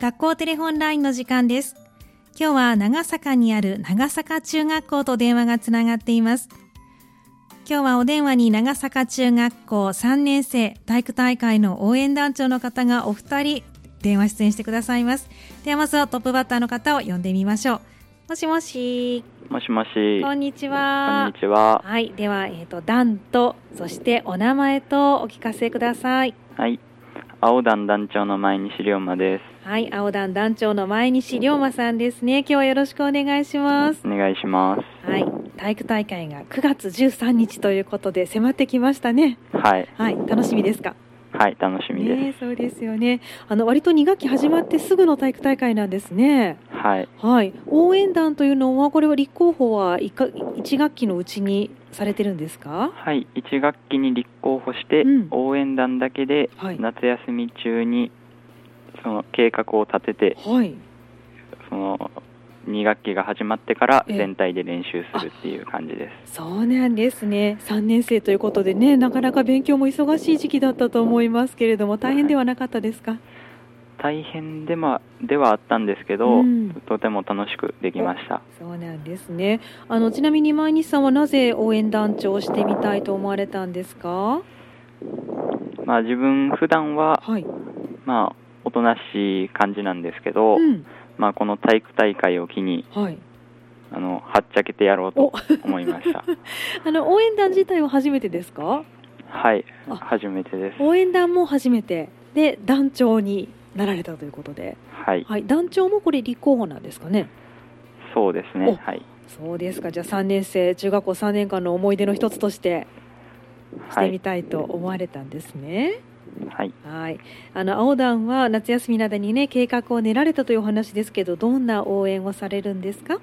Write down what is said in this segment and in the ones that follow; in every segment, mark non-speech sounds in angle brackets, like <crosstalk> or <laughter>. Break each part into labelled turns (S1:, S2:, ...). S1: 学校テレホンラインの時間です今日は長坂にある長坂中学校と電話がつながっています今日はお電話に長坂中学校3年生体育大会の応援団長の方がお二人電話出演してくださいますではまずはトップバッターの方を呼んでみましょうもしもし
S2: もしもし。
S1: こんにちは
S2: こんにちは。
S1: はいではえっ、と団とそしてお名前とお聞かせください
S2: はい。青団団長の前に資料馬で
S1: はい、青団団長の前西龍馬さんですね。今日はよろしくお願いします
S2: す。。お願いします。
S1: はい、体育大会が9月13日ということで迫ってきましたね。
S2: はい。
S1: はい、楽しみですか。
S2: はい、楽しみです。
S1: ねえ、そうですよね。あの割と2学期始まってすぐの体育大会なんですね。
S2: はい。
S1: はい、応援団というのはこれは立候補は 1, か1学期のうちにされてるんですか。
S2: はい。1学期に立候補して、
S1: うん
S2: 応援団だけで
S1: はい
S2: 夏休み中にその計画を立てて、
S1: はい。
S2: その2学期が始まってから
S1: ええ
S2: 全体で練習するっていう感じで
S1: そうなんですね。3年生ということでね、なかなか勉強も忙しい時期だったと思いますけれども、大変ではなかったですか。
S2: す。大変でまではあったんですけど、
S1: うん
S2: とても楽しくできました。
S1: そうなんですね。あのちなみに前西さんはなぜ応援団長をしてみたいと思われたんですか。
S2: まあ自分普段は
S1: はい。
S2: まあおとなしい感じなんですけど、
S1: うん。
S2: まあ、この体育大会を機に
S1: はい。
S2: あのはっちゃけてやろうと
S1: お、
S2: 思いま
S1: <laughs>
S2: した
S1: あの応援団自体は初めてですか。
S2: はい
S1: あ
S2: 初めてです
S1: 応援団も初めてで団長になられたということで、
S2: はい
S1: はい、団長もこれ立候補なんですかね。
S2: そうです
S1: お
S2: ねはい、
S1: そうですか。じゃあ3年生中学校3年間の思い出の一つとしてし
S2: は
S1: てみ
S2: い
S1: たいと思われたんですね。
S2: はい、
S1: はい、あの青団は夏休みなどにね計画を練られたというお話ですけど、どんな応援をされるんですか。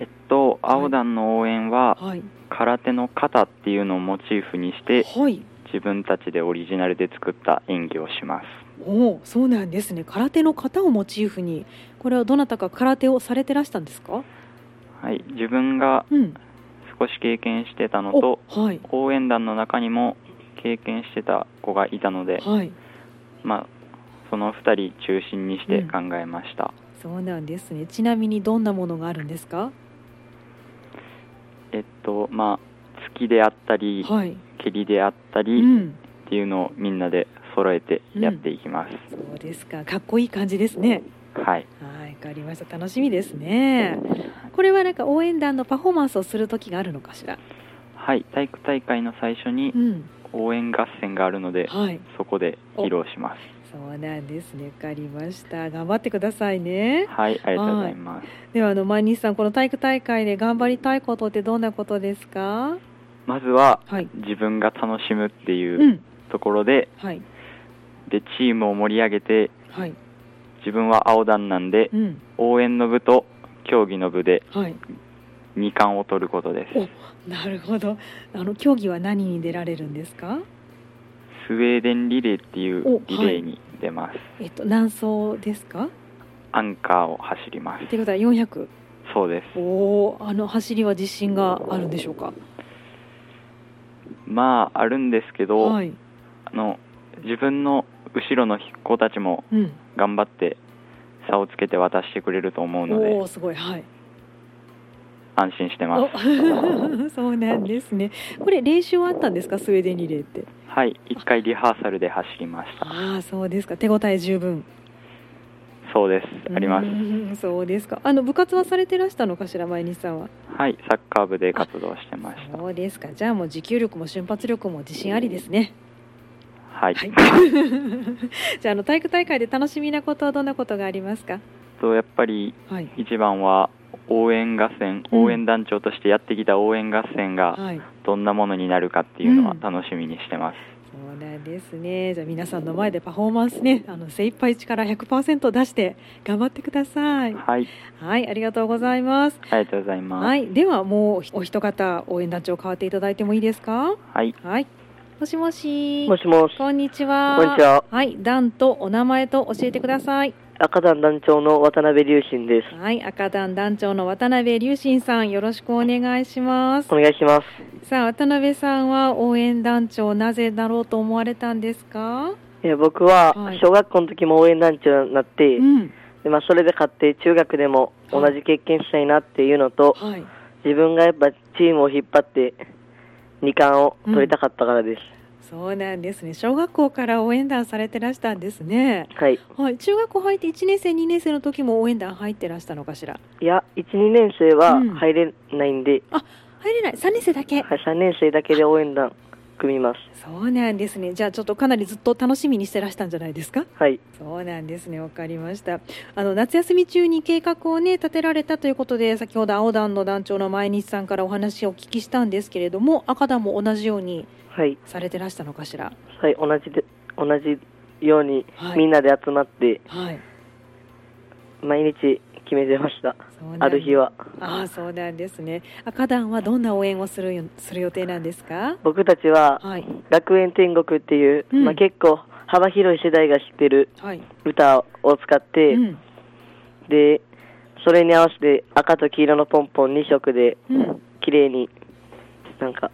S2: えっと青団の応援は
S1: はい、
S2: 空手の肩っていうのをモチーフにして
S1: はい、
S2: 自分たちでオリジナルで作った演技をします
S1: おお、そうなんですね。空手の型をモチーフに、これはどなたか空手をされてらしたんですか。
S2: はい自分が
S1: うん、
S2: 少し経験してたの
S1: お
S2: と、
S1: はい、
S2: 応援団の中にも経験してた子がいたので、
S1: はい、
S2: まあ、その2人中心にして
S1: うん
S2: 考えました、
S1: そうなんですね。ちなみにどんなものがあるんですか。
S2: えっとまあ突きであったり、
S1: はい、
S2: 蹴りであった
S1: う
S2: りっ
S1: ん、
S2: ていうのをみんなで揃えてやっていきます、
S1: そうですか。かっこいい感じですね。
S2: はい
S1: はい、わかりました。楽しみですね。これはなんか応援団のパフォーマンスをする時があるのかしら。
S2: はい体育大会の最初に
S1: うん、
S2: 応援合戦があるので
S1: はい。
S2: そこで披露します
S1: そうなんですね。わかりました。頑張ってくださいね。
S2: はいありがとうございます
S1: ではあの前西さん、この体育大会で頑張りたいことってどんなことですか。
S2: まずは
S1: はい。
S2: 自分が楽しむって
S1: う。
S2: いうんところで
S1: はい。
S2: でチームを盛り上げて
S1: はい。
S2: 自分は青団なんで
S1: うん。
S2: 応援の部と競技の部で
S1: はい。
S2: 2冠を取ることです
S1: おなるほど。あの競技は何に出られるんですか。
S2: スウェーデンリレーっていうリレーに出ます、
S1: えっと何走ですか。
S2: アンカーを走りま
S1: って
S2: す
S1: ことは400。
S2: そうです
S1: おお、あの走りは自信があるんでしょうか。
S2: まああるんですけど、
S1: はい。
S2: あの自分の後ろの子たちも
S1: うん。
S2: 頑張って差をつけて渡してくれると思うの
S1: お
S2: で
S1: お、すごい。はい。
S2: 安心してます
S1: お <laughs> そうなんですね。これ練習はあったんですか、スウェーデンリレーって。
S2: はい一回リハーサルで走りました
S1: ああ、そうですか。手応え十分。
S2: そう <laughs> ですあります
S1: す。そうですか。あの部活はされてらしたのかしら、前西さんは。
S2: はいサッカー部で活動してました
S1: そうですか。じゃあもう持久力も瞬発力も自信ありですね。
S2: はい、 <laughs>
S1: はい。じゃああの体育大会で楽しみなことはどんなことがありますか。
S2: とやっぱり
S1: はい。
S2: 一番は応援合戦
S1: うん
S2: 応援団長としてやってきた応援合戦が
S1: はい。
S2: どんなものになるかっていうのは
S1: うん
S2: 楽しみにしてます、
S1: そうなんですね。じゃあ皆さんの前でパフォーマンスね、あの精一杯力100%出して頑張ってください。
S2: はい
S1: はい、ありがとうございます。
S2: ありがとうございます
S1: はい、ではもうお一方応援団長変わっていただいてもいいですか。
S2: はい、
S1: はい。もしもし。
S3: もしもし。こ
S1: こんにちは。
S3: んにちは。
S1: はい、団とお名前と教えてください。
S3: 赤団団長の渡辺隆信です。
S1: はい、赤団団長の渡辺隆信さん、よろしくお願いします
S3: お。願いします。
S1: さあ、渡辺さんは応援団長なぜなろうと思われたんですか。
S3: えー僕は
S1: はい
S3: 小学校の時も応援団長になって、
S1: うん。
S3: でまあ、それで勝って中学でも同じ経験したいなっていうのと、
S1: はい。
S3: 自分がやっぱチームを引っ張って2冠を取りたかったからです。
S1: そうなんですね。小学校から応援団されてらしたんですね。
S3: はい。
S1: はい。中学校入って1年生、2年生の時も応援団入ってらしたのかしら。
S3: いや、1、2年生は
S1: うん
S3: 入れないんで、
S1: 入れない。3年生だけ。
S3: はい3年生だけで応援団組みます。
S1: そうなんですね。じゃあちょっとかなりずっと楽しみにしてらしたんじゃないですか。
S3: はい。
S1: そうなんですね。わかりました。あの夏休み中に計画をね立てられたということで、先ほど青団の団長の前西さんからお話をお聞きしたんですけれども、赤団も同じように
S3: はい。
S1: されてらしたのかしら。
S3: はい、同じで、同じように
S1: はい
S3: みんなで集まって、
S1: はい。
S3: 毎日決めてました。
S1: そうなん
S3: ある日。は。
S1: ああ、そうなんですね。赤団はどんな応援をするよする予定なんですか。
S3: 僕たちは、
S1: はい。
S3: 学園天国っていう、
S1: うん
S3: まあ、結構幅広い世代が知ってる
S1: はい。
S3: 歌を使って、
S1: うん。
S3: で、それに合わせて赤と黄色のポンポン2色で、
S1: うん。
S3: 綺麗になんか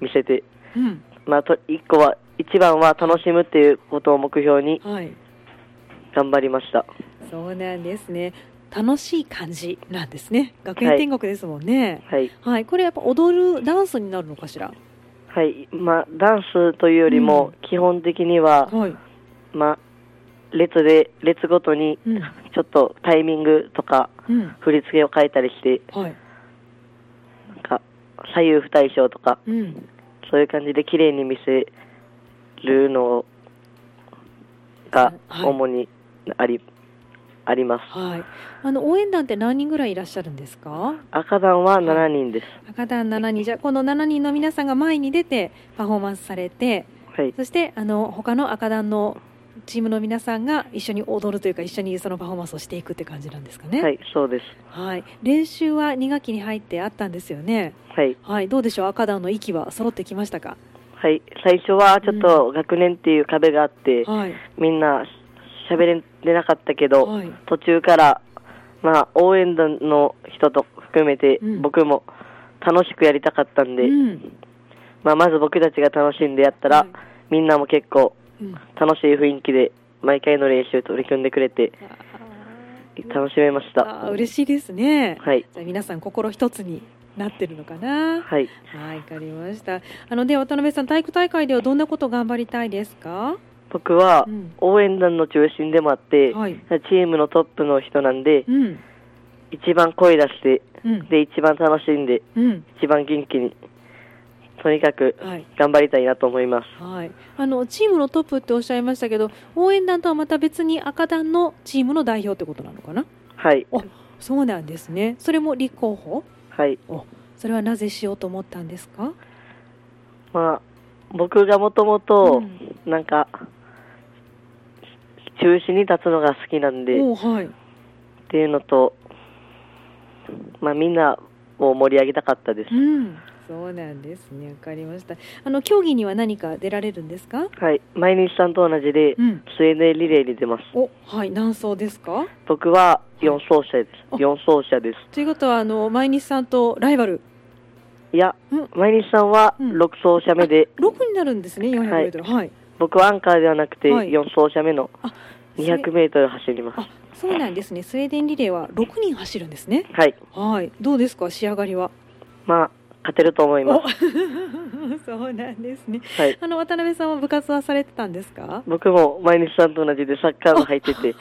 S3: 見せて
S1: うん。
S3: まあ、と一個は一番は楽しむっていうことを目標に
S1: はい。
S3: 頑張りました。
S1: そうなんですね。楽しい感じなんですね。学園天国ですもんね。
S3: はい、
S1: はい、これやっぱ踊るダンスになるのかしら。
S3: はい、まあダンスというよりも基本的には、
S1: はい。
S3: まあ列で列ごとに
S1: うん。
S3: ちょっとタイミングとか
S1: うん。
S3: 振り付けを変えたりして
S1: はい。
S3: なんか左右不対称とか
S1: うん。
S3: そういう感じで綺麗に見せるのが
S1: はい
S3: 主にあり、あります。
S1: はい。あの応援団って何人ぐらいいらっしゃるんですか。
S3: 赤団は7人です。
S1: 赤団7人じゃこの7人の皆さんが前に出てパフォーマンスされて、
S3: はい、
S1: そしてあの他の赤団のチームの皆さんが一緒に踊るというか一緒にそのパフォーマンスをしていくって感じなんですかね。。
S3: はいい、そうです。
S1: はい。練習は2学期に入ってあったんですよね。
S3: はい。
S1: はい。どうでしょう赤団の息は揃ってきましたか。
S3: はい、最初はちょっと学年っていう壁があって、
S1: はい。
S3: みんな喋れてなかったけど、
S1: はい。
S3: 途中から、まあ、応援団の人と含めて、
S1: うん
S3: 僕も楽しくやりたかったんで、
S1: うん。
S3: まあ、まず僕たちが楽しんでやったら、
S1: はい
S3: みんなも結構
S1: うん。
S3: 楽しい雰囲気で毎回の練習取り組んでくれて楽しめました。
S1: あー嬉しいですね。
S3: はい、
S1: じゃあ皆さん心一つになってるのかな。
S3: はい、
S1: はい、わかりました。あので渡辺さん体育大会ではどんなことを頑張りたいですか。
S3: 僕は
S1: うん
S3: 応援団の中心でもあって、
S1: はい。
S3: チームのトップの人なんで、
S1: うん。
S3: 一番声出して
S1: うん。
S3: で一番楽しんで
S1: うん。
S3: 一番元気にとにかく
S1: はい。
S3: 頑張りたいなと思います
S1: はい。あのチームのトップっておっしゃいましたけど、応援団とはまた別に赤団のチームの代表ってことなのかな。
S3: はい
S1: そうなんですね。それも立候補。
S3: はい
S1: それはなぜしようと思ったんですか。
S3: まあ僕がもともと
S1: ん
S3: なんか中心に立つのが好きなんでっ
S1: おうはい。
S3: ていうのとまあみんなを盛り上げたかったです
S1: うん。そうなんですね。わかりました。あの競技には何か出られるんですか。
S3: はい毎日さんと同じで
S1: うん。
S3: スウェーデンリレーに出ます
S1: お、はい。何走ですか。
S3: 僕は4走者で
S1: あ
S3: す4走者で
S1: ということはあの毎日さんとライバル
S3: すいや
S1: うん
S3: 毎日さんは
S1: うん
S3: 6走者目で
S1: 6になるんですね 400m はい、
S3: 僕はアンカーではなくて
S1: はい
S3: 4走者目の
S1: それ
S3: 200m 走ります
S1: あそうなんですねスウェーデンリレーは6人走るんですね
S3: はい
S1: はいどうですか仕上がりは
S3: まあ勝てると思いま
S1: お <laughs> そうなんですね
S3: すはい
S1: あの渡辺さんは部活はされてたんですか
S3: 僕も毎日さんと同じでサッカー部入っ
S1: <laughs>
S3: てて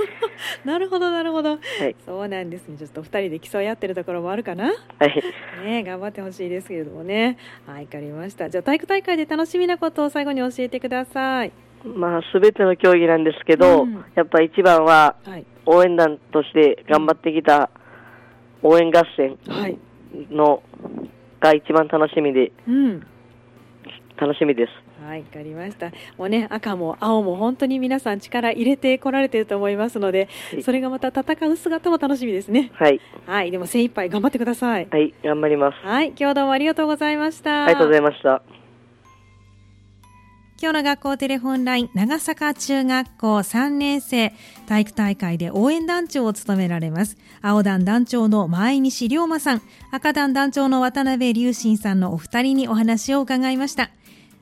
S1: なるほどなるほど、
S3: い
S1: そうなんですねちょっと2人で競い合ってるところもあるかな
S3: はい
S1: ね頑張ってほしいですけれどもねはいわかりましたじゃあ体育大会で楽しみなことを最後に教えてください
S3: まあ全ての競技なんですけど、
S1: うん
S3: やっぱ一番は
S1: はい
S3: 応援団として頑張ってきた応援合戦
S1: はい
S3: のが一番楽しみで
S1: うん
S3: 楽しみです
S1: はい、わかりました。もうね、赤も青も本当に皆さん力入れてこられていると思いますので
S3: は、い
S1: それがまた戦う姿も楽しみですね。
S3: はい
S1: はい、でも精一杯頑張ってください。
S3: はい頑張ります
S1: はい、今日どうもありがとうございました。
S3: ありがとうございました
S4: 今日の学校テレフォンライン長坂中学校3年生体育大会で応援団長を務められます青団団長の前西龍馬さん赤団団長の渡辺隆信さんのお二人にお話を伺いました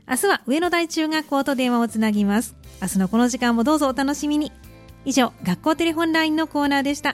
S1: 明日は上野台中学校と電話をつなぎます明日のこの時間もどうぞお楽しみに以上学校テレホンラインのコーナーでした